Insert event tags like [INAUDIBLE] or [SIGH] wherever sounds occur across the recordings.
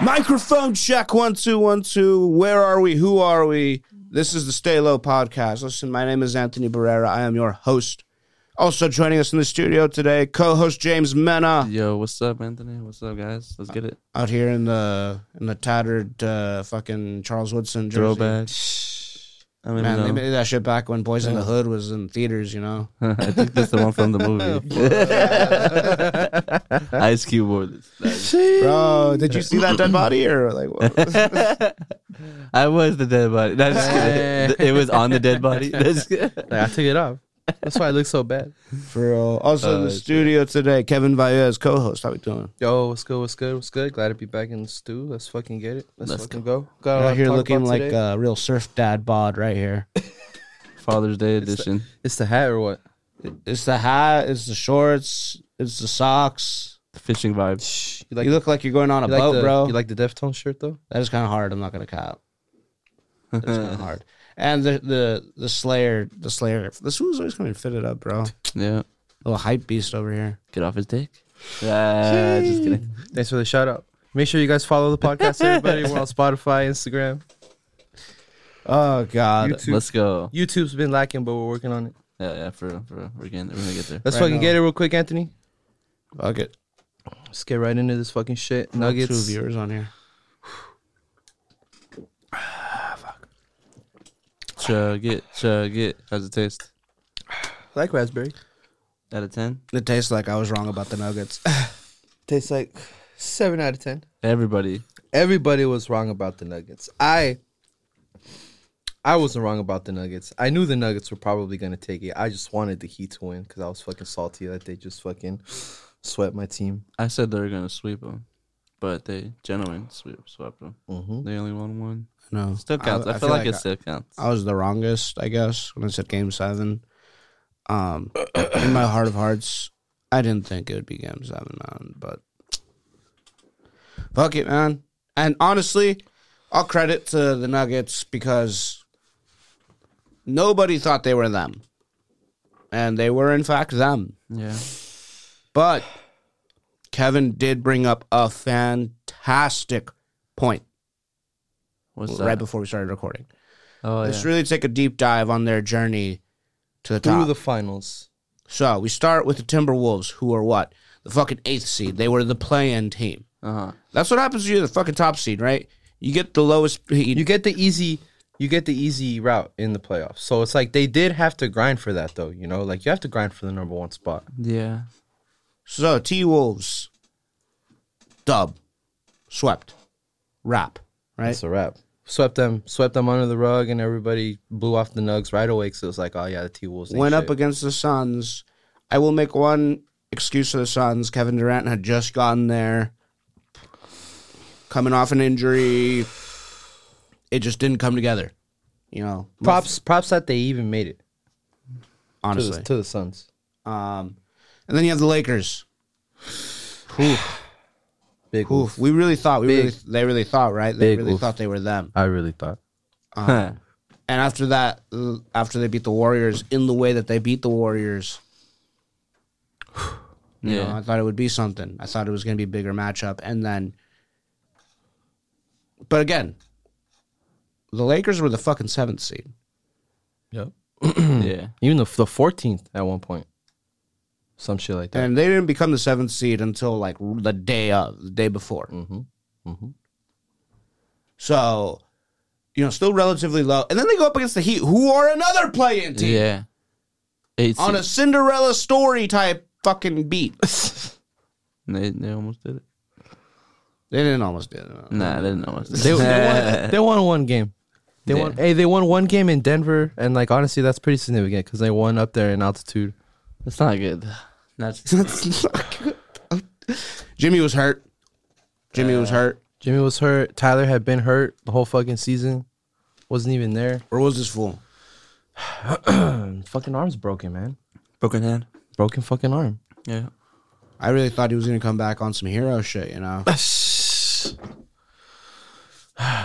Microphone check one two one two. Where are we? Who are we? This is the Stay Low podcast. Listen, my name is Anthony Barrera. I am your host. Also joining us in the studio today, co-host James Mena Yo, what's up, Anthony? What's up, guys? Let's get it. out here in the in the tattered uh, fucking Charles Woodson jersey. Uh, Throwback. I mean, Man, they no. made that shit back when Boys in the Hood was in theaters. You know, [LAUGHS] I think that's the one [LAUGHS] from the movie. [LAUGHS] Ice Cube wore this. bro, did you see that dead body or like? What? I was the dead body. No, just kidding. It was on the dead [LAUGHS] body. That's Like, I took it off. That's why it looks so bad. For real. Also in Oh, the shit. studio today, Kevin Valles, co-host. How we doing? Yo, what's good? What's good? What's good? Glad to be back in the stew. Let's fucking get it. Let's, Let's fucking go. Got a lot Out to here Uh, talk looking about like today. a real surf dad bod right here. Father's Day edition. it's the hat or what? It's the hat, it's the shorts, it's the socks. Fishing vibes. You like, you look like you're going on a you like boat, the, bro. You like the Deftones shirt though? that is kind of hard. I'm not gonna cop. That's [LAUGHS] kind of hard. And the, the the Slayer, the Slayer. This fool's always coming fitted up, bro. Yeah. Little hype beast over here. Get off his dick. Ah, just kidding. Thanks for the shout out. Make sure you guys follow the podcast, everybody. We're on Spotify, Instagram, Oh God. YouTube. Let's go. YouTube's been lacking, but we're working on it. Yeah, yeah, for real, for real. We're getting, we're gonna get there. Let's Right fucking now. get it real quick, Anthony. Fuck it. Let's get right into this fucking shit. Two Nuggets. viewers on here. Chug it, chug it. How's it taste? Like raspberry. Out of ten. It tastes like I was wrong about the nuggets. Tastes like seven out of ten. Everybody. everybody was wrong about the Nuggets. I I wasn't wrong about the Nuggets. I knew the Nuggets were probably gonna take it. I just wanted the Heat to win because I was fucking salty that they just fucking swept my team. I said they were gonna sweep them, but they genuine sweep swept them. Mm-hmm. They only won one. [SIGHS] no, Still counts. I, feel, like, it still counts. I was the wrongest, I guess, when I said game seven. Um, in my heart of hearts, I didn't think it would be game seven, man. But fuck it, man. And honestly, all credit to the Nuggets because nobody thought they were them, and they were in fact them. yeah. But Kevin did bring up a fantastic point What's that? right before we started recording. oh yeah. Let's really take a deep dive on their journey to the Through top. the finals. so we start with the Timberwolves, who are what? The fucking eighth seed. They were the play in team. Uh Uh-huh. huh. That's what happens to you, the fucking top seed, right? You get the lowest seed. You get the easy you get the easy route in the playoffs. So it's like they did have to grind for that though, you know? Like you have to grind for the number one spot. Yeah. so T Wolves, dub, swept, wrap, right? That's a wrap. Swept them, swept them under the rug, and everybody blew off the Nugs right away. So it was like, oh yeah, the T Wolves ain't Went shit. up against the Suns. I will make one excuse for the Suns. Kevin Durant had just gotten there, coming off an injury. It just didn't come together, you know. Props, props that they even made it to honestly. the, to the Suns. Um, and then you have the Lakers. Big Oof, oof. we really thought we Big. really they really thought right. They Big really oof. thought they were them. I really thought. Huh. And after that, uh, after they beat the Warriors in the way that they beat the Warriors, you know, [LAUGHS] yeah. I thought it would be something. I thought it was going to be a bigger matchup, and then, but again, the Lakers were the fucking seventh seed. Yep. yeah. Even the the fourteenth at one point. Some shit like that. And they didn't become the seventh seed until like r- the day of, the day before. Mm-hmm. Mhm. Mhm. So, you know, still relatively low. And then they go up against the Heat, who are another play-in team Yeah. Eight on a seed. Cinderella story type fucking beat. They, they almost did it. they didn't almost do it. Nah, they didn't almost. they, they, won, they won one game. They won. Yeah. Hey, they won one game in Denver, and like honestly, that's pretty significant because they won up there in altitude. [LAUGHS] That's not good. That's [LAUGHS] That's not good. [LAUGHS] Jimmy was hurt. Jimmy was hurt. Jimmy was hurt. Tyler had been hurt the whole fucking season. Wasn't even there. Where was this fool? And fucking arms broken, man. broken hand. Broken fucking arm. Yeah. I really thought he was going to come back on some hero shit, you [SIGHS] know. [SIGHS]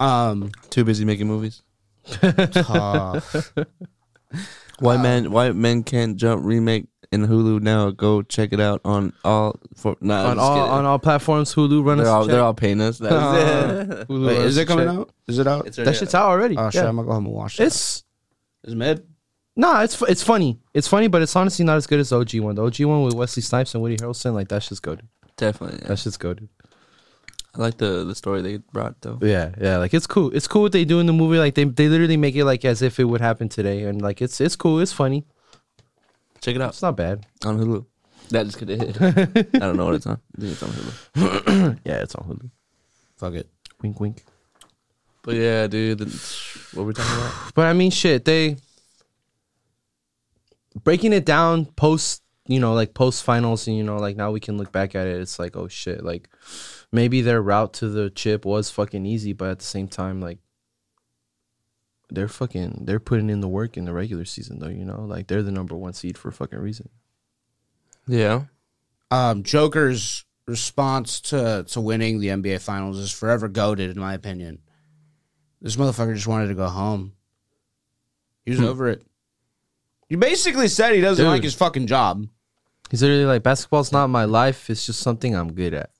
Um, Too busy making movies. [LAUGHS] tough. White man, white men can't jump. Remake in Hulu now. Go check it out on all for nah, on all on all platforms. Hulu run they're all us. a check. Uh, they're all paying us. That's it. Hulu, Wait, run is us a it coming check. out? Is it out? It's That shit's out already. oh shit, yeah. I'm gonna go home and watch that. It's It's mid. nah, it's fu- it's funny. It's funny, but it's honestly not as good as the OG one. The OG one with Wesley Snipes and Woody Harrelson, like that's just good. [LAUGHS] definitely. yeah. That's just good. I like the the story they brought though. Yeah, yeah, like it's cool. It's cool what they do in the movie. Like they they literally make it like as if it would happen today, and like it's it's cool. It's funny. Check it out It's not bad. on Hulu. That just could hit. I don't know what it's on. I think it's on Hulu. Yeah, it's on Hulu. Fuck it. Wink, wink. But yeah, dude, the- what were we talking about? But I mean, shit, they breaking it down post, you know, like post finals, and you know, like now we can look back at it. It's like, oh shit, like maybe their route to the chip was fucking easy, but at the same time, like they're fucking they're putting in the work in the regular season, though. You know, like they're the number one seed for a fucking reason. Yeah, Um, Joker's response to to winning the NBA Finals is forever goaded, in my opinion. This motherfucker just wanted to go home. He was over it. He basically said he doesn't Hmm. Dude. like his fucking job. He's literally like, basketball's not my life. It's just something I'm good at.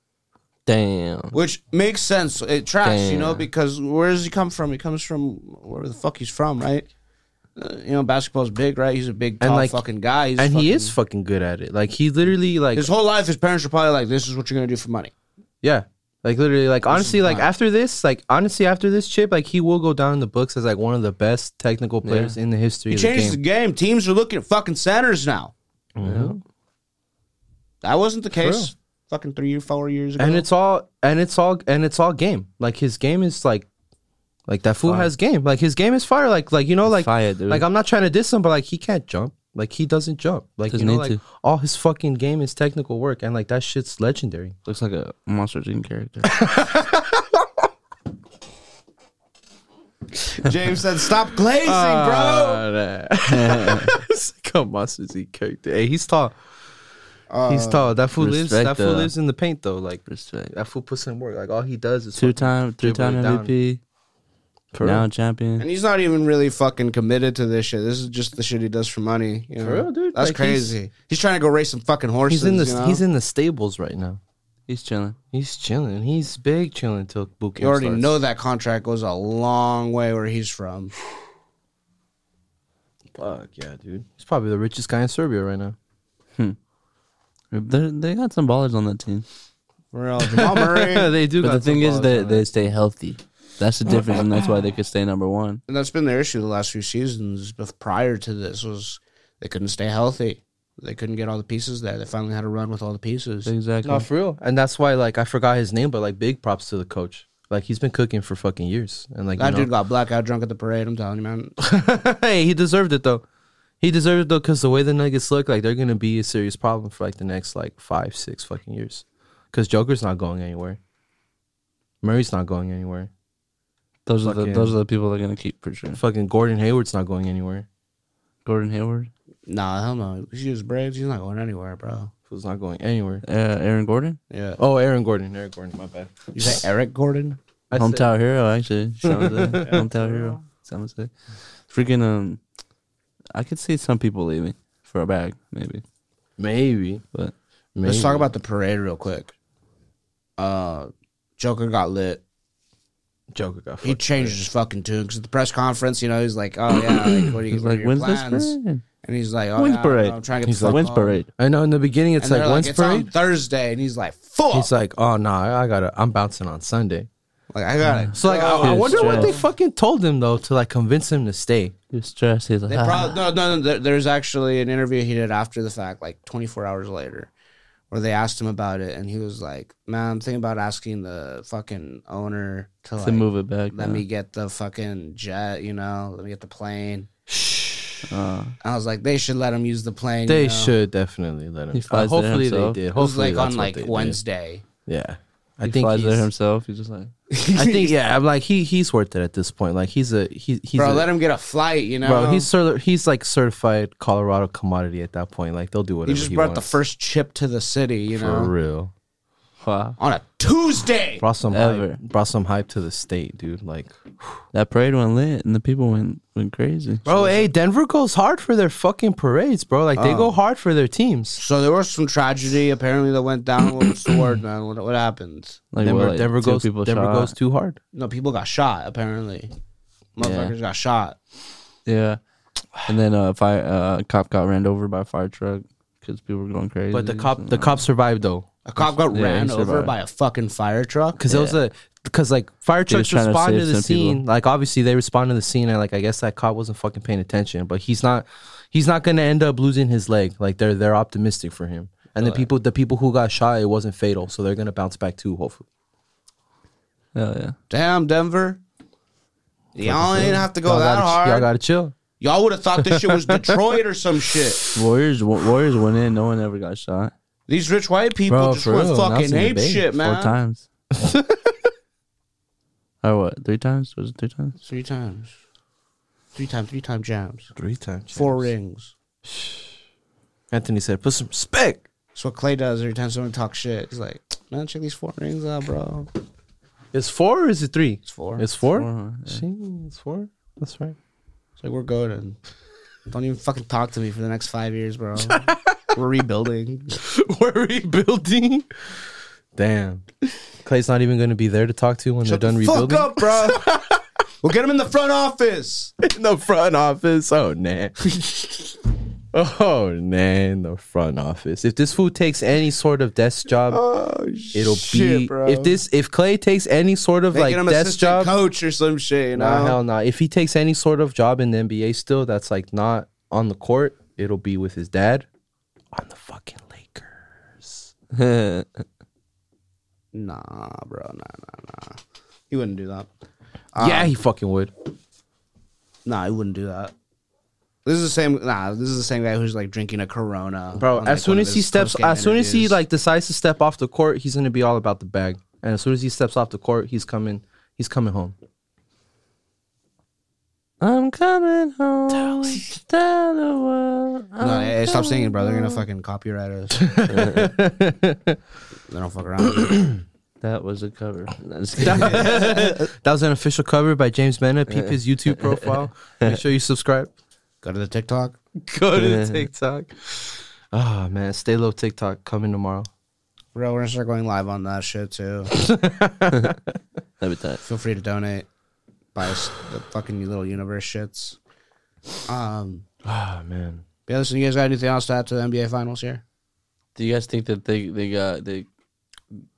damn. Which makes sense. It tracks, you know, Damn. because where does he come from? He comes from where the fuck he's from, right? Uh, you know, basketball's big, right? He's a big, And, tall like- fucking guy. He's and he fucking- is fucking good at it. Like he literally like His whole life, his parents were probably like, "This is what you're gonna do for money." Yeah. Like literally, like honestly, like wild. after this, like honestly, after this chip, like he will go down in the books as like one of the best technical players in the history He of the changed game. Mm-hmm. the game. Teams are looking at fucking centers now. That wasn't the case True. fucking three or four years ago. and it's all and it's all and it's all game. Like his game is like, like that fool has game. Like his game is fire. Like like you know like Fire, dude. like I'm not trying to diss him, but like he can't jump. Like he doesn't jump. Like Doesn't you know need like to. all his fucking game is technical work, and like that shit's legendary. Looks like a Monster Gene [LAUGHS] character. [LAUGHS] James said, "Stop [LAUGHS] glazing, Uh, bro." Come on, Susie character. Hey, he's tall. he's tall. That fool lives. respect, That fool uh, lives in the paint though. Like Respect. that fool puts in work. Like all he does is Two fucking time, three time dribble it down. MVP, For now real. champion. And he's not even really fucking committed to this shit. This is just the shit he does for money. You know? real, dude? That's Like, he's- crazy. He's, trying to go race some fucking horses. He's in the You know? he's in the stables right now. He's chilling. He's chilling. He's big chilling till boot camp You already starts. know that contract goes a long way where he's from. Fuck yeah, dude. He's probably the richest guy in Serbia right now. They're, they got some ballers on that team. For real, Jamal [LAUGHS] Murray. and they do. But got the thing some is balls that on they it. stay healthy. That's the difference, and that's why they could stay number one. that's been their issue the last few seasons. But prior to this, was they couldn't stay healthy. They couldn't get all the pieces there. They finally had to run with all the pieces. Exactly. no for real, and that's why like I forgot his name, but like big props to the coach. Like he's been cooking for fucking years, and like that you know, dude got blackout drunk at the parade. I'm telling you, man. [LAUGHS] [LAUGHS] hey, he deserved it though. He deserved it though, because the way the Nuggets look, like they're gonna be a serious problem for like the next like five, six fucking years. Because Joker's not going anywhere. Murray's not going anywhere. those are the fucking- those are the people they're gonna keep for sure. Fucking Gordon Hayward's not going anywhere. Gordon Hayward, Nah, hell no. He's used braids. He's not going anywhere, bro. Who's not going anywhere? uh, Aaron Gordon, Yeah. Oh, Aaron Gordon. Aaron Gordon. My bad. You say Eric Gordon? I said- hometown hero [LAUGHS] actually. Someone say. hometown hero. Someone say. Freaking um, I could see some people leaving for a bag maybe, Maybe. but Maybe. Let's talk about the parade real quick. Uh, Joker got lit. Joker. Got He fucked. changed his fucking tune because at the press conference, you know, he's like, "Oh yeah, like, what are you he's what are like, your when's this? plans?" parade? And he's like, "Oh, When's yeah, I don't parade?" know, I'm trying to get He's the like, fuck when's home." parade? I know in the beginning it's And like they're like, when's "It's parade. on Thursday," and he's like, "Fuck!" He's like, oh nah, I gotta. I'm bouncing on Sunday. like, "I got it." So like, I- I, He's wonder what they stressed. fucking told him though to like convince him to stay. He's stressed. He's like, "Ah, They probably no, no, no. there- There's actually an interview he did after the fact, like 24 hours later, where they asked him about it, and he was like, "Man, I'm thinking about asking the fucking owner to to like, move it back. let now." me get the fucking jet, you know, let me get the plane." Uh, I was like, "They should let him use the plane." They you know? should definitely let him. uh, He flies there hopefully they himself. did. It was Hopefully like on that's what like they did. Wednesday. Yeah, I he think flies there he's- himself. He's just like, I think yeah. I'm like he he's worth it at this point. Like he's a he, he's Bro, a, let him get a flight, you know. bro. He's sort he's like certified Colorado commodity at that point. Like they'll do whatever he he just brought the wants. first chip to the city, you for know. real. Wow. on a Tuesday. Brought some Ever. hype. Brought some hype to the state, dude. Like, That parade went lit and the people went went crazy. bro, hey, Denver goes hard for their fucking parades, bro. Like they go hard for their teams. So there was some tragedy apparently that went down. [CLEARS THROAT] What was the word, man? What, what happened? Like, Denver, what, like, Denver two goes. people Denver shot. goes too hard. No, people got shot apparently. Motherfuckers got shot. Yeah. And then a fire uh, cop got ran over by a fire truck because people were going crazy. But the cop, so- the cop survived though, A cop got Yeah, ran he over survived. by a fucking fire truck. because it was a, because like fire just trying trucks to respond to, save the some people. scene. Like obviously they respond to the scene, and like I guess that cop wasn't fucking paying attention. But he's not, he's not gonna end up losing his leg. Like they're they're optimistic for him. And the people, the people who got shot, it wasn't fatal, so they're gonna bounce back too. Hopefully, Hell yeah. Damn, Denver. Y'all didn't have to go y'all that gotta, hard. y'all gotta chill. Y'all would have thought this [LAUGHS] shit was Detroit or some shit. Warriors wa- Warriors went in. No one ever got shot. These rich white people Bro, just for went real, not fucking seen the ape Bay shit, Four man. [LAUGHS] times. or what? Three times? Was it three times? Three times. Three times, three time jams. Three times. Four rings. Anthony said, "Put some respect." That's what Clay does every time someone talks shit. He's like, man, check these four rings out, bro. It's four or is it three? It's four. It's four. Four, yeah. She- it's four. [LAUGHS] That's right. It's like we're golden. Don't even fucking talk to me for the next five years, [LAUGHS] bro. we're rebuilding. We're rebuilding. Damn. Clay's not even going to be there to talk to when Shut they're done the rebuilding. fuck up, bro. [LAUGHS] we'll get him in the front office. In the front office. Oh nah. oh nah. In the front office. If this fool takes any sort of desk job, Oh it'll be. If this, if Clay takes any sort of Making him like desk assistant job, coach or some shit, you know. Nah, hell no. If he takes any sort of job in the NBA still that's like not on the court, it'll be with his dad on the fucking Lakers. Nah, bro, nah, nah, nah. He wouldn't do that. yeah, he fucking would. Nah, he wouldn't do that. This is the same. Nah, this is the same guy who's like drinking a Corona, Bro, on, like, as soon one of as he his steps post-game as soon as he interviews. like decides to step off the court, he's gonna be all about the bag. And as soon as he steps off the court, he's coming he's coming home. [LAUGHS] I'm coming home. Tell the world. No, I'm hey, eh, stop coming singing, bro. They're gonna home. fucking copyright us. [LAUGHS] they don't fuck around. That was a cover. [LAUGHS] No, just kidding. that was an official cover by James Mena. Peep his YouTube profile. Make sure you subscribe. [LAUGHS] Go to the TikTok. Go to the TikTok. Ah man, stay low TikTok coming tomorrow. Bro, we're gonna start going live on that shit too. That'd be tight. Feel free to donate. Buy us the fucking little universe shits. Um, Ah man. but yeah, listen, you guys got anything else to add to the NBA finals here? Do you guys think that they they got they?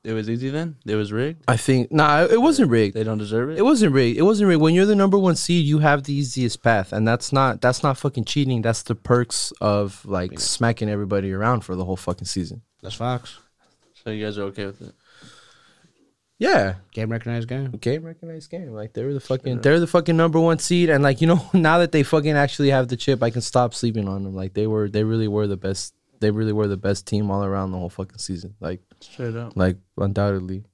It was easy then. It was rigged. I think nah, it wasn't rigged. They don't deserve it. It wasn't rigged. It wasn't rigged. When you're the number one seed, you have the easiest path, and that's not that's not fucking cheating. That's the perks of like smacking everybody around for the whole fucking season. That's Fox. so you guys are okay with it? Yeah, Game recognized game. game recognized game. Like they were the fucking they're the fucking number one seed, and like you know [LAUGHS] now that they fucking actually have the chip, I can stop sleeping on them. Like they were they really were the best. They really were the best team all around the whole fucking season. Like Straight up. like undoubtedly.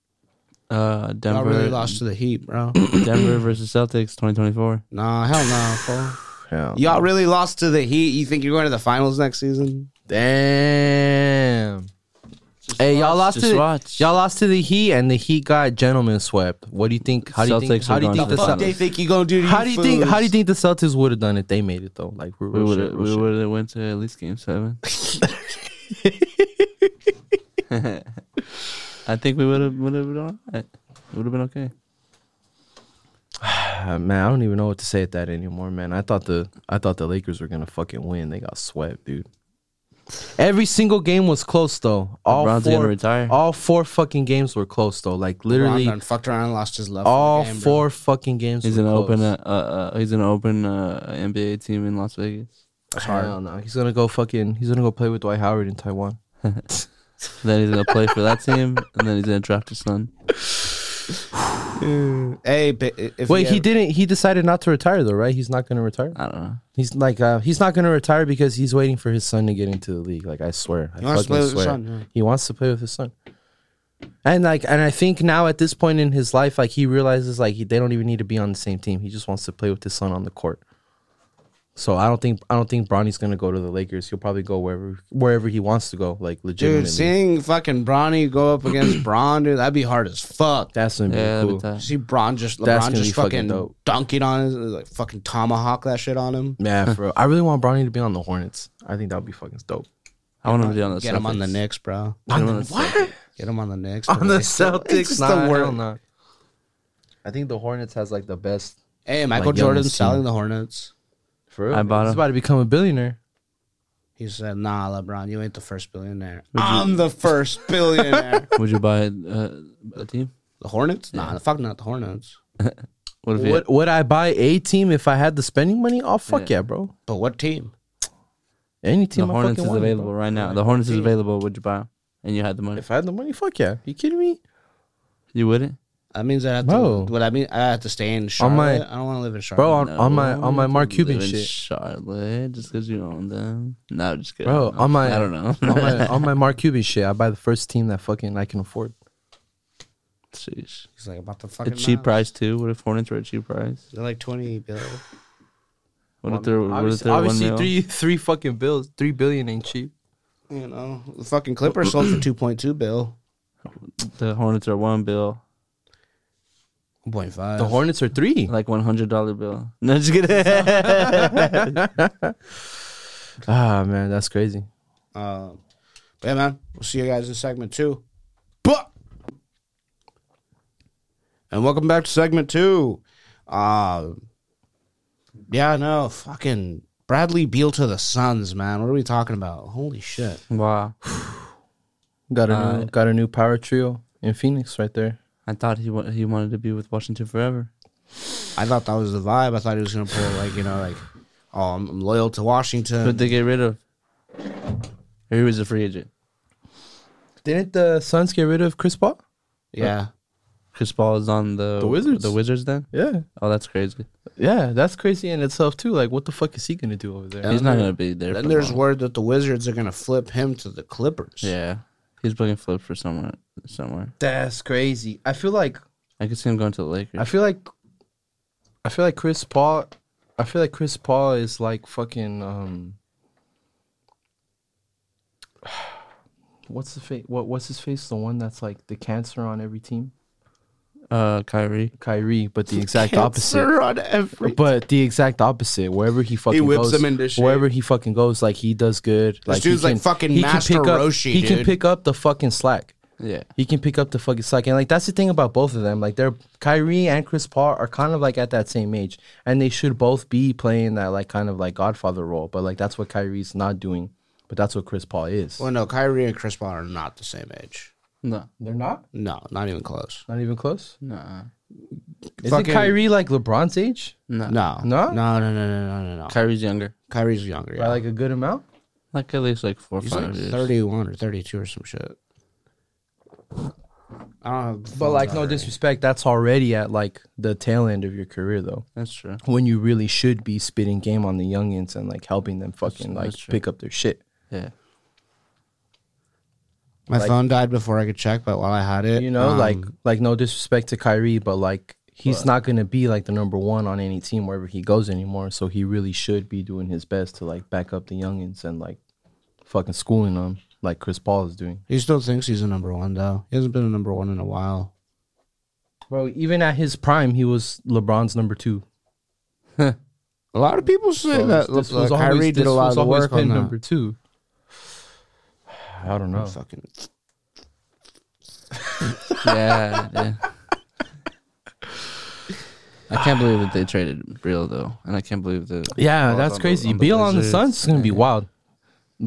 Uh, Y'all Denver. really lost to the Heat, bro. [CLEARS THROAT] Denver versus Celtics, 2024. nah, hell no. fool. Yeah. Y'all really lost to the Heat. You think you're going to the finals next season? Damn. Hey, y'all watch, lost just to watch. y'all lost to the Heat, and the Heat got gentlemen swept. What do you think? How do you think? Celtics How are do you going think to the the Fuck Celtics. they Celt- think you're going to do to How do you think? How do fools? you think the Celtics would have done it? They made it though. Like real, We real would shit, have real we shit. would have went to at least game [LAUGHS] seven. [LAUGHS] I think we would have would have been all right. Would have been okay. Ah, man, I don't even know what to say at that anymore, man. I thought the I thought the Lakers were gonna fucking win. They got swept, dude. Every single game was close though. All LeBron's gonna four, retire. all four fucking games were close though. Like literally, LeBron done fucked around, and lost his love. all for the game, bro. four fucking games. He's were an close. open uh, uh, uh, he's an open uh, NBA team in Las Vegas. Hell no, he's gonna go fucking. He's gonna go play with Dwight Howard in Taiwan. Then he's gonna play for that team, and then he's gonna draft his son. Hey, but i- if Wait, he ever- didn't. He decided not to retire though, right? He's not gonna retire. I don't know. He's like, uh, he's not gonna retire because he's waiting for his son to get into the league. Like I swear, I He wants to fucking play with his swear. son, yeah. He wants to play with his son. And like, and I think now at this point in his life, like he realizes like he, they don't even need to be on the same team. He just wants to play with his son on the court. So I don't think I don't think Bronny's gonna go to the Lakers. He'll probably go wherever wherever he wants to go. Like legitimately, Dude, seeing fucking Bronny go [CLEARS THROAT] up against Braun, dude, that'd be hard as fuck. that's gonna be Yeah, that'd be cool. You tight. see Braun just That's LeBron gonna just be fucking fucking, dope. dunking on his like fucking tomahawk that shit on him. Yeah, for real. I really want Bronny to be on the Hornets. I think that would be fucking dope. I want him to be on the Get him on the Celtics. Knicks, bro. Get him on the Celtics. Get him on the Knicks. [LAUGHS] on the Like, it's Celtics. just Nah, the hell world. nah. I think the Hornets has like the best. Hey, Michael Like, Jordan's young selling team. the Hornets. For real, I man. bought He's him. about to become a billionaire. He said, "Nah, LeBron, you ain't the first billionaire. I'm the first [LAUGHS] billionaire." Would you buy uh, a team? the Hornets? Nah, the fuck not the Hornets. What if you- Would, would I buy a team if I had the spending money? Oh fuck yeah, bro. But what team? Any team the I Hornets fucking is wanted, bro. available right now? The Hornets is available. Would you buy 'em? And you had the money? If I had the money, fuck yeah. You kidding me? You wouldn't. That means I have Bro. to. What I mean, I have to stay in Charlotte. my- I don't want to live in Charlotte. Bro, on, on my on my No, Mark you Cuban live in shit. Charlotte, just because you own them. No, just kidding. Bro, No, on my I don't know. on my on my Mark Cuban shit, I buy the first team that fucking I can afford. [LAUGHS] Sheesh. He's like about the A fucking cheap Mavs. price too. What if Hornets were a cheap price? They're like twenty bill. What if they're what if obviously, they're one obviously mil? three three fucking bills, three billion ain't cheap. You know, the fucking Clippers sold for two point two bill, The Hornets are one bill, one point five. The Hornets are three. like one hundred dollar bill. [LAUGHS] No, just kidding. Ah man, that's crazy. Um, but yeah, man, we'll see you guys in segment two. But and welcome back to segment two. Uh, yeah, no, fucking Bradley Beal to the Suns, man. What are we talking about? Holy shit! wow, Got a Uh, new got a new power trio in Phoenix right there. I thought he wa- he wanted to be with Washington forever. I thought that was the vibe. I thought he was gonna pull like you know like, oh, I'm, I'm loyal to Who'd Washington. they get rid of? He was a free agent. Didn't the Suns get rid of Chris Paul? yeah, Chris Paul is on the The Wizards. The Wizards then? Yeah. Oh, that's crazy. Yeah, that's crazy in itself too. Like what the fuck is he gonna do over there? Yeah. He's not gonna be there. then for there's long. word that the Wizards are gonna flip him to the Clippers. Yeah, he's playing flip for somewhere. Somewhere That's crazy. I feel like I could see him going to the I Lakers. feel like I feel like Chris Paul I feel like Chris Paul is like fucking um What's the face? What what's his face? The one that's like the cancer on every team, Uh, Kyrie. Kyrie, but the exact opposite. Cancer on every But the exact opposite. Wherever he fucking whips goes, them into shape. wherever he fucking goes, like he does good. like dude's he like fucking Master pick up, Roshi, He can dude. pick up the fucking slack. Yeah. He can pick up the fucking slack, and like that's the thing about both of them. Like they're Kyrie and Chris Paul are kind of like at that same age, and they should both be playing that like kind of like Godfather role. But like that's what Kyrie's not doing, but that's what Chris Paul is. Well, no, Kyrie and Chris Paul are not the same age. No. They're not. No, not even close. Not even close. Nah. Isn't Fucking- Kyrie like LeBron's age No. No, No? no, no, no, no, no, no. no. Kyrie's younger. Kyrie's younger. by Yeah. like a good amount? Like at least like four or He's five like years. thirty-one or thirty-two or some shit. I don't have. the But like phones no out right disrespect, that's already at like the tail end of your career though. That's true. when you really should be spitting game on the youngins and like helping them fucking like that's true. pick up their shit. Yeah. now. My like- phone died before I could check, but while I had it, You know, um, like like no disrespect to Kyrie, but like he's not gonna be like the number one on any team wherever he goes anymore. So he really should be doing his best to like back up the youngins and like fucking schooling them like Chris Paul is doing. he still thinks he's a number one though. He hasn't been a number one in a while. Bro, even at his prime, he was LeBron's number two. A lot of people say So that this look, was like, Kyrie always- did this a lot was of the always work on been that. number two. I don't know. Fucking Yeah. yeah. I can't believe that they traded Real though, and I can't believe that. Yeah, Paul's that's on the- crazy. on the Beal on the Wizards. Suns is gonna be wild.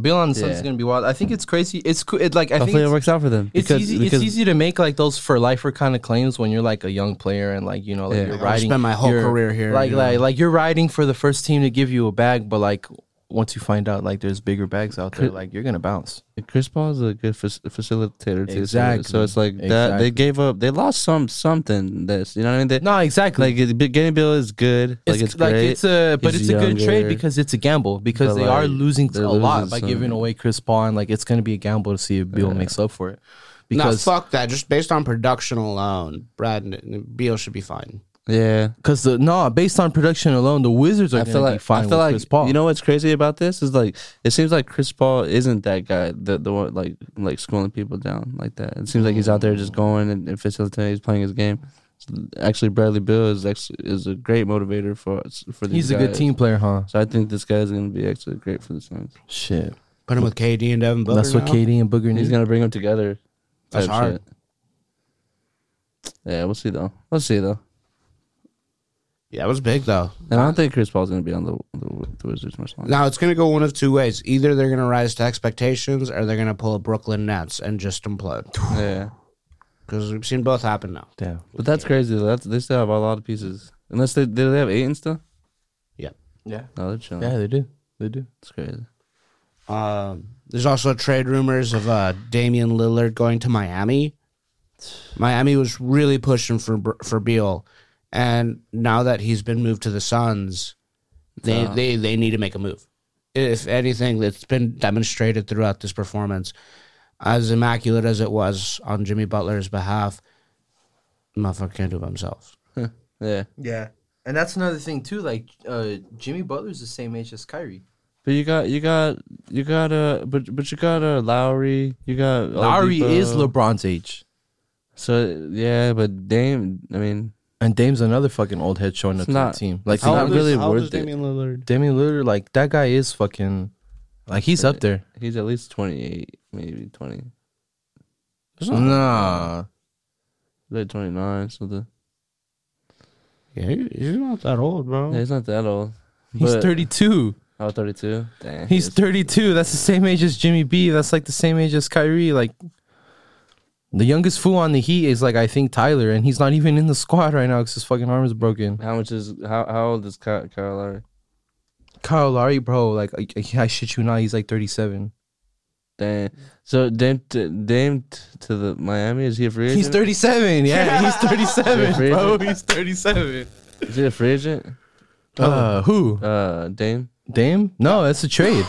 Beal on the Suns is Yeah. gonna be wild. I think it's crazy. It's coo- it, like I think Hopefully it it's, works out for them. it's because, easy. because it's easy to make like those for lifer kind of claims when you're like a young player and like you know like Yeah. you're Like, I riding. spent my whole you're- career here, Like you know. like like you're riding for the first team to give you a bag, but like once you find out like there's bigger bags out [LAUGHS] there, Could- like you're gonna bounce. Chris Paul is a good fac facilitator too. so- Exactly. So, it's like that Exactly. they gave up. They lost some something. This you know what I mean? They, No, exactly. Like it- getting Bill is good. like it's great. it's a but He's it's a good trade younger. because it's a gamble because But, they are like, losing a they're lot losing by some. giving away Chris Paul and like it's gonna be a gamble to see if Beal makes up for it. No, Because fuck that. Just based on production alone, Brad Beal should be fine. Yeah. Because the no, based on production alone, the Wizards I are going feel to be like fine I feel with like Chris Paul. you know what's crazy about this is like it seems like Chris Paul isn't that guy the the one like like schooling people down like that. It seems like he's out there just going and, and facilitating. He's playing his game. Actually, Bradley Bill is actually, is a great motivator for for these. he's a good guys. team player, huh? So I think this guy is going to be actually great for the Suns. Shit, Put him with KD and Devin Booker. that's what now. KD and Booger And he's need. going to bring them together. That's type hard. shit. Yeah, we'll see though. We'll see though. Yeah, it was big though. And I don't think Chris Paul's going to be on the, the, the Wizards much longer. Now it's going to go one of two ways. Either they're going to rise to expectations, or they're going to pull a Brooklyn Nets and just implode. Yeah. Because we've seen both happen now. Damn. But that's crazy. though. That's they still have a lot of pieces. Unless they do they have eight and stuff? Yeah. Yeah. No, they're chilling. Yeah, they do. They do. It's crazy. Um, there's also trade rumors of uh, Damian Lillard going to Miami. Miami was really pushing for Br- for Beal, and now that he's been moved to the Suns, they Yeah. they they need to make a move. If anything, that's been demonstrated throughout this performance, as immaculate as it was on Jimmy Butler's behalf, motherfucker can't do it by himself. Yeah. Yeah, and that's another thing too. Like uh, Jimmy Butler's the same age as Kyrie. But you got you got you got uh but but you got uh Lowry, you got Lowry Oladipo. is LeBron's age, So yeah, but Dame I mean and Dame's another fucking old head showing up It's to not- the team. Like it's not Dame- really worth it. Lillard? Damian Lillard, like that guy is fucking, like he's up there. He's at least twenty eight, maybe twenty. Nah, Like twenty nine, so the Yeah, he- he's not that old, bro. yeah, he's not that old. he's But- thirty-two. Oh, 32? Dang. He's that's- 32. That's the same age as Jimmy B. That's like the same age as Kyrie. Like the youngest fool on the Heat is like I think Tyler, and he's not even in the squad right now because his fucking arm is broken. How much is how how old is Ky- Kyle Lowry? Kyle Lowry, bro, like I, I, I shit you not, he's like 37. Dang. So Dame t- Dame t- to the Miami is he a free agent? He's [LAUGHS] 37. Yeah, he's 37, Crazy. bro. He's 37. Is he a free agent? Uh, who? Uh, Dame. Dame? No, that's a trade.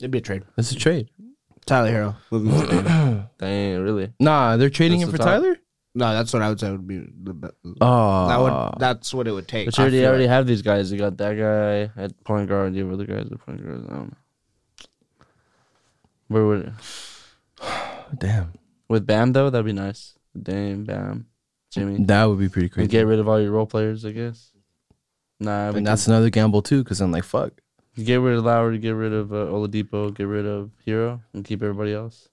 It'd be a trade. That's a trade. Tyler Hero. Moving to Dame. Dang, really? Nah, they're trading That's him the for top. Tyler. No, that's what I would say would be the best. Oh, that would that's what it would take. But you already, I feel already like. have these guys. You got that guy at point guard. and You have other guys at point guard. I don't know. Where would it? damn. with Bam though? That'd be nice. Dame, Bam, Jimmy. That would be pretty And crazy. get rid of all your role players, I guess. Nah, I And that's another gamble too, because I'm like, fuck. get rid of Lowry, get rid of uh, Oladipo, get rid of Hero, and keep everybody else.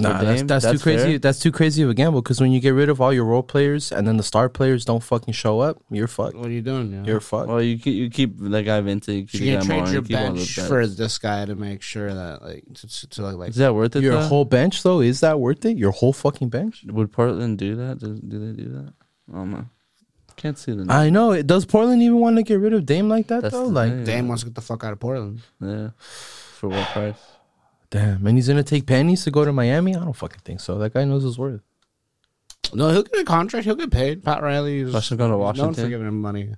No, For that's, Dame, that's that's too crazy. fair. That's too crazy of a gamble. Because when you get rid of all your role players and then the star players don't fucking show up, you're fucked. What are you doing? Yeah. You're fucked. Well, you keep you keep that guy Vincent, you keep You're that gonna Moran, trade your you keep all those bench guys. for this guy to make sure that like to, to look like Is that worth it? your though? whole bench though, is that worth it? Your whole fucking bench? Would Portland do that? Does, do they do that? I don't know. Can't see the. I know. it- Does Portland even want to get rid of Dame like that That's though? the Like, thing. Dame wants to get the fuck out of Portland. Yeah. For what price? damn, and he's gonna take pennies to go to Miami? I don't fucking think so. That guy knows his worth. No, he'll get a contract. He'll get paid. Pat Riley is I should go to he's known for Washington. giving him money.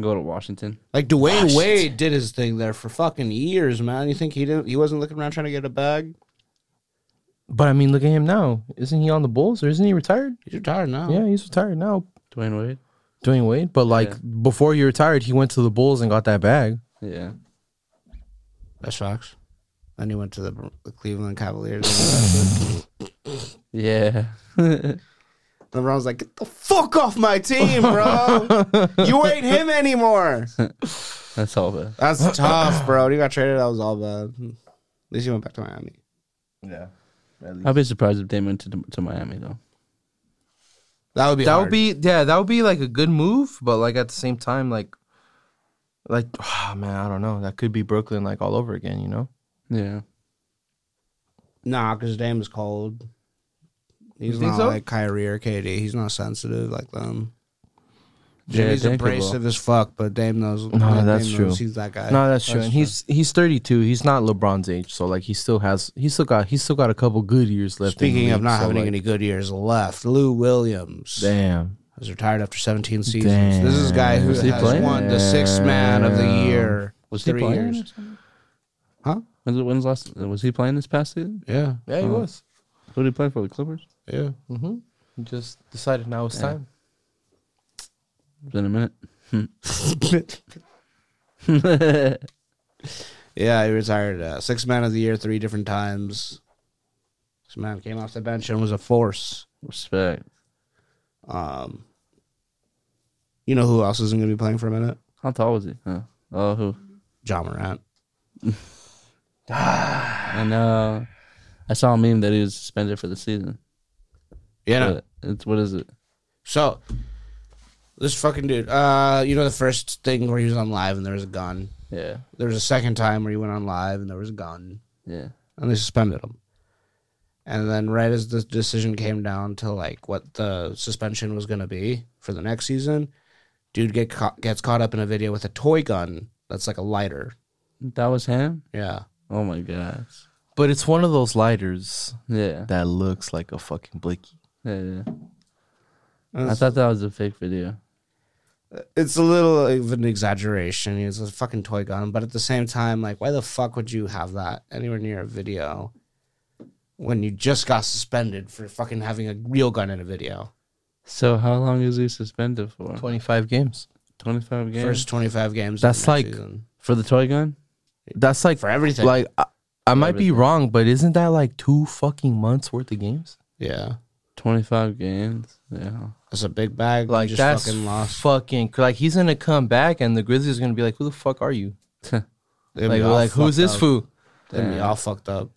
Go to Washington. Like Dwayne Wade did his thing there for fucking years, man. You think he didn't? He wasn't looking around trying to get a bag. But I mean, look at him now. Isn't he on the Bulls or isn't he retired? He's retired now. Yeah, he's retired now. Dwayne Wade. Dwayne Wade. But like Oh. Yeah. before he retired, he went to the Bulls and got that bag. Yeah. that's facts. Then he went to the, the Cleveland Cavaliers. [LAUGHS] Yeah. LeBron's like, get the fuck off my team, bro. you ain't him anymore. That's all. Bad. That's tough, bro. When He got traded. That was all bad. At least he went back to Miami. Yeah. I'd be surprised if Dame went to, to Miami though. That would be. that hard. would be yeah that would be like a good move but like at the same time like like [SIGHS] man i don't know that could be brooklyn like all over again you know Yeah. nah, because Dame is cold. He's You think not so? like Kyrie or KD. He's not sensitive like them. Yeah, Jimmy's Dame could abrasive as fuck, but Dame knows. No, Dame that's knows true. He's that guy. no that's true and he's he's 32 he's not lebron's age so like he still has he still got he still got a couple good years left in the Speaking of league, not so, having like, any good years left, Lou Williams damn is retired after 17 seasons. This is a guy who Was he has playing? won the sixth man of the Damn. year. Was three he playing? years. Huh? When's, when's last? Was he playing this past season? Yeah, yeah he Oh. was Who did he play for? The Clippers. yeah. mm-hmm. he just decided now it's Yeah. time It's been a minute. [LAUGHS] Yeah, he retired uh, six man of the year three different times. This man came off the bench and was a force. Respect. Um, you know who else isn't going to be playing for a minute? How tall was he? Huh? Oh, who? John Morant. And uh, I saw a meme that he was suspended for the season. Yeah. But It's what is it? So this fucking dude. Uh, you know the first thing where he was on live and there was a gun. Yeah. There was a second time where he went on live and there was a gun. Yeah. and they suspended him. And then, right as the decision came down to like what the suspension was going to be for the next season, dude get caught, gets caught up in a video with a toy gun that's like a lighter. That was him. Yeah, Oh my gosh. But it's one of those lighters Yeah. that looks like a fucking blicky. Yeah. yeah. I That's- thought that was a fake video. it's a little of an exaggeration. It's a fucking toy gun, but at the same time, like, why the fuck would you have that anywhere near a video when you just got suspended for fucking having a real gun in a video? So how long is he suspended for? Twenty-five games. Twenty-five games First twenty five games. of That's the next like- season. for the toy gun. That's like for everything. like I, I might be Everything. wrong, but isn't that like two fucking months worth of games? yeah. Twenty-five games. Yeah. That's a big bag. Like Like just that's fucking lost. fucking like he's gonna come back and the Grizzlies are gonna be like, who the fuck are you? They'd Like, be all like who's fucked this up. fool? They'd be all fucked up.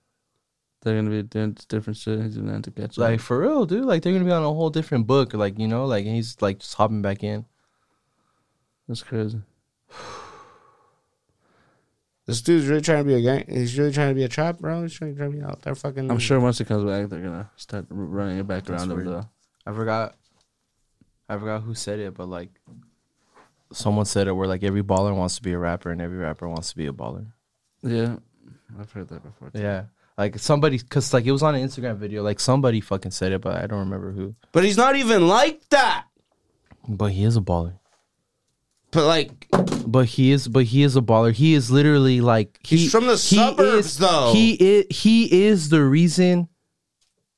They're gonna be doing different shit. He's gonna have to catch Like up. for real, dude. Like they're gonna be on a whole different book. Like you know, like and he's like just hopping back in. That's crazy. This dude's really trying to be a gang. He's really trying to be a trap, bro. He's trying to be out there fucking. I'm sure once it comes back, they're gonna start r- running it back around him mm. weird. though. I forgot, I forgot who said it, but like someone said it where like every baller wants to be a rapper and every rapper wants to be a baller. Yeah, I've heard that before. too. Yeah. Like somebody, cause like it was on an Instagram video. Like somebody fucking said it, but I don't remember who. but he's not even like that. But he is a baller. But like, But he is, but he is a baller. He is literally like he- He's from the he suburbs, is- though. He is he is the reason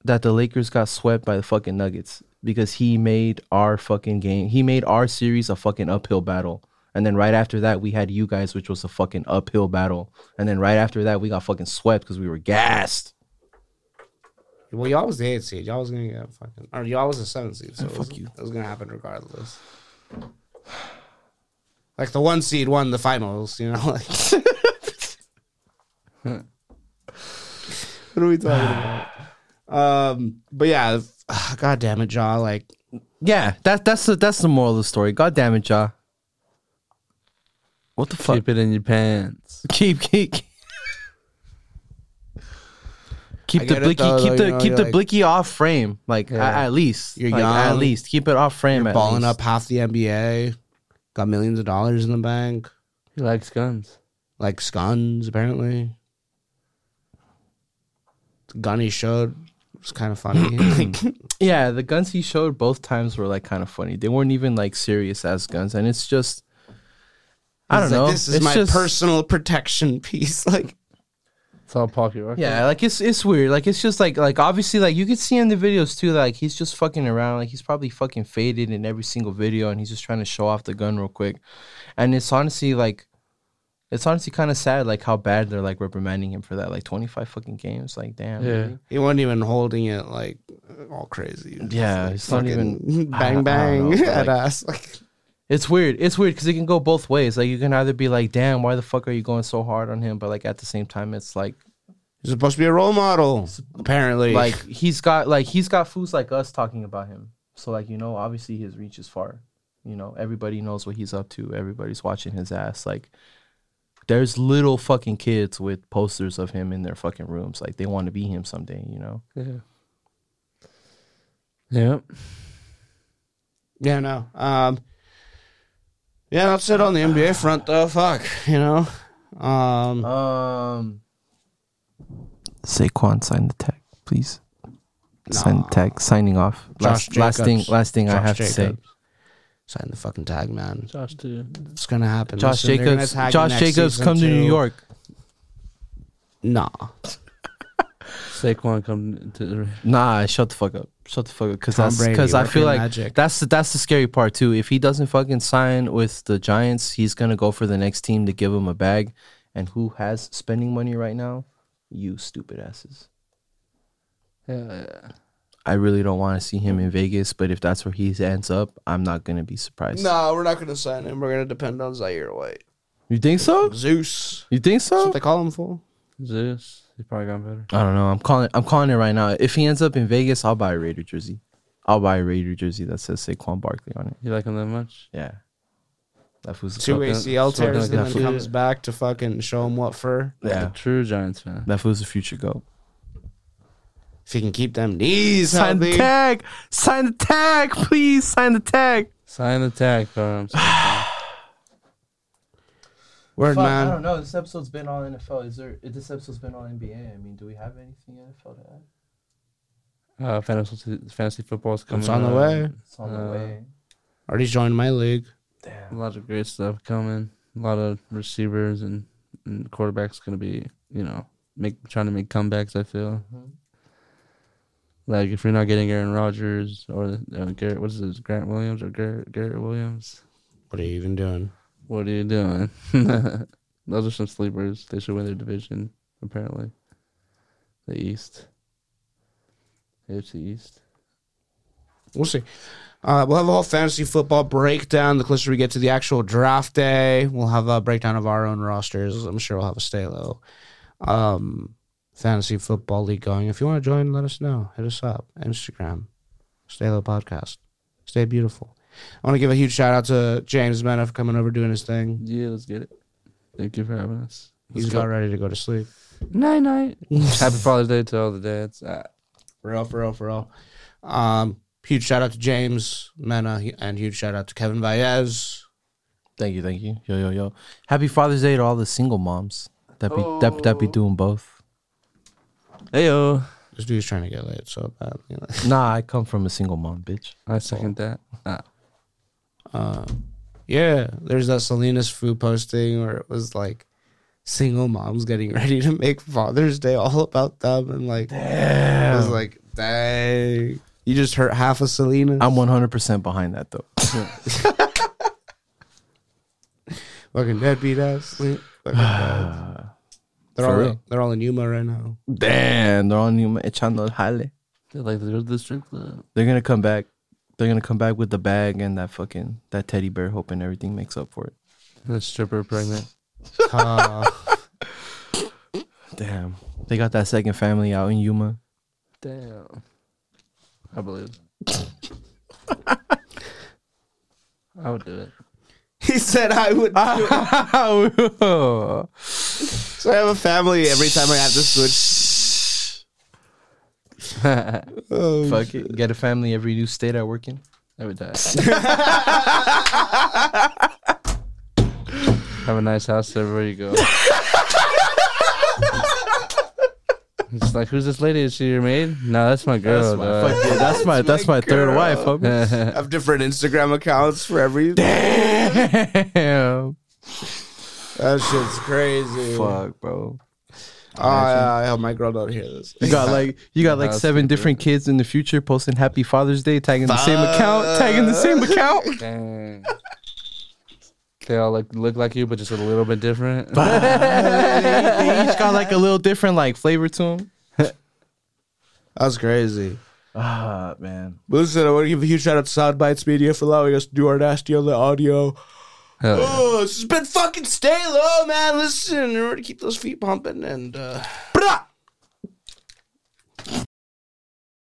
that the Lakers got swept by the fucking Nuggets because he made our fucking game. He made our series a fucking uphill battle. And then right after that, we had you guys, which was a fucking uphill battle. And then right after that, we got fucking swept because we were gassed. well, y'all was the eighth seed. Y'all was gonna get fucking. Or y'all was the seventh seed. So it was, Oh, fuck you. It was gonna happen regardless. Like the one seed won the finals. You know, [LAUGHS] like. [LAUGHS] what are we talking about? Um, but yeah, [SIGHS] god damn it, Jaw. Like Yeah, that that's the that's the moral of the story. God damn it, Ja. What the fuck? Keep it in your pants. Keep keep keep, I keep the get it, blicky though, keep though, the you know, keep you're the like- blicky off frame. Like a- at, least You're like, at young. least keep it off frame. at balling least. up half the NBA, got millions of dollars in the bank, He likes guns. like scuns apparently. The gun he showed was kind of [CLEARS THROAT] funny. Like, Yeah, the guns he showed both times were like kind of funny. They weren't even like serious as guns, and it's just I don't he's like, know. This is It's my just- personal protection piece. [LAUGHS] Like It's all pocket rocket. Yeah, like it's it's weird. Like it's just like like obviously like you could see in the videos too. Like he's just fucking around. Like he's probably fucking faded in every single video, and he's just trying to show off the gun real quick. And it's honestly like, it's honestly kind of sad. Like how bad they're like reprimanding him for that. Like twenty five fucking games. Like damn. Yeah. really? he wasn't even holding it like all crazy. Yeah, it's not Fucking [LAUGHS] even- bang I don't- I don't bang know, but, at like- us. Like It's weird. It's weird because it can go both ways. Like you can either be like, damn, why the fuck are you going so hard on him? But like at the same time, it's like he's supposed to be a role model, apparently. like he's got like he's got fools like us talking about him. So like you know, obviously his reach is far. You know, everybody knows what he's up to. Everybody's watching his ass. Like there's little fucking kids with posters of him in their fucking rooms. Like they want to be him someday. You know. [LAUGHS] Yeah. Yep. Yeah, no. Um, yeah, that's it on the NBA front, though. Fuck, you know. Um, Um. Saquon signed the tag, please. Sign the tag. Signing off. Josh last, last thing. Jacobs. Last thing I Josh have to say. Jacobs. sign the fucking tag, man. Josh too. It's gonna happen. Josh Listen, they're gonna Jacobs. tag you Josh next Jacobs, season, come to too. New York. Nah, Saquon come to the Nah, shut the fuck up. Shut the fuck up. Because Tom that's Brady, because I work feel your like magic. that's the, that's the scary part too. If he doesn't fucking sign with the Giants, he's gonna go for the next team to give him a bag. And who has spending money right now? You stupid asses. yeah. I really don't want to see him in Vegas, but if that's where he ends up, I'm not gonna be surprised. No, we're not going to sign him. We're going to depend on Zaire White. You think so? Zeus. You think That's so? what they call him for. Zeus. He probably got better. I don't know. I'm calling. I'm calling it right now. If he ends up in Vegas, I'll buy a Raider jersey. I'll buy a Raider jersey that says Saquon Barkley on it. You like him that much? Yeah, that was Two ACL smoking tears like and that then fool. comes back to fucking show him what for. Yeah, A true Giants fan. that was the future goal. If he can keep them knees Sign the healthy. tag. Sign the tag, please. Sign the tag. Sign the tag, Carl. [SIGHS] Word, I don't man. know. This episode's been all NFL. Is there? This episode's been all NBA. I mean, do we have anything NFL to add? Uh, fantasy, fantasy football's coming. It's on the up. way. It's on the Uh, way. Already joined my league. A Damn. lot of great stuff coming. A lot of receivers and, and quarterbacks gonna be, you know, make trying to make comebacks. I feel Mhm. like if you're not getting Aaron Rodgers or uh, Garrett, what is this, Grant Williams or Garrett, Garrett Williams? What are you even doing? What are you doing? [LAUGHS] Those are some sleepers. They should win their division. Apparently, the East, AFC East. We'll see. Uh, we'll have a whole fantasy football breakdown. The closer we get to the actual draft day, we'll have a breakdown of our own rosters. I'm sure we'll have a stay low um, fantasy football league going. If you want to join, let us know. Hit us up. Instagram, Stay Low Podcast. Stay beautiful. I want to give a huge shout out to James Mena for coming over doing his thing. Yeah, let's get it. Thank you for having us. He's Let's about go. ready to go to sleep. Night [LAUGHS] night. Happy Father's Day to all the dads. Uh, For real, for real, for real. Um, huge shout out to James Mena he- and huge shout out to Kevin Valles. Thank you, thank you. Yo, yo, yo. Happy Father's Day to all the single moms that be that, that be doing both. Heyo. This dude's trying to get laid so bad. You know. Nah, I come from a single mom, bitch. I second that. Ah, Uh, yeah, there's that Salinas food posting where it was like single moms getting [LAUGHS] ready to make Father's Day all about them, and like I was like, dang, you just hurt half of Salinas. I'm 100% behind that though. fucking deadbeat [SIGHS] ass. Fucking bad. They're For all real. they're all in Yuma right [LAUGHS] now. Damn, they're on you, man. echando el jale. they're like there's the strip club. They're gonna come back. They're gonna come back with the bag and that fucking that teddy bear, hoping everything makes up for it. The stripper pregnant. Tough. Damn, they got that second family out in [LAUGHS] Yuma. Damn. I believe. [LAUGHS] I would do it. he said I would. So I have a family every time I have to switch. Oh, Fuck it, get a family every new state I work in. I would die. Have a [LAUGHS] nice house everywhere you go. it's like, who's this lady? Is she your maid? No, that's my girl. That's my, fuck Oh, yeah, that's my [LAUGHS] that's my third wife. homie. I [LAUGHS] have different Instagram accounts for every. Damn. That shit's crazy. Fuck, bro. Oh, yeah, I hope my girl don't hear this. You got like you got like That's seven different kids in the future posting Happy Father's Day, tagging the same account, tagging the [LAUGHS] same account. Dang. They all like look like you, but just a little bit different. they each got like a little different like flavor to them. That's crazy. Ah, man. Listen, I want to give a huge shout out to Sound Bites Media for allowing us to do our nasty on the audio. Hell yeah. Oh, this has been fucking stay low, man. Listen, remember to keep those feet pumping and uh, Brah!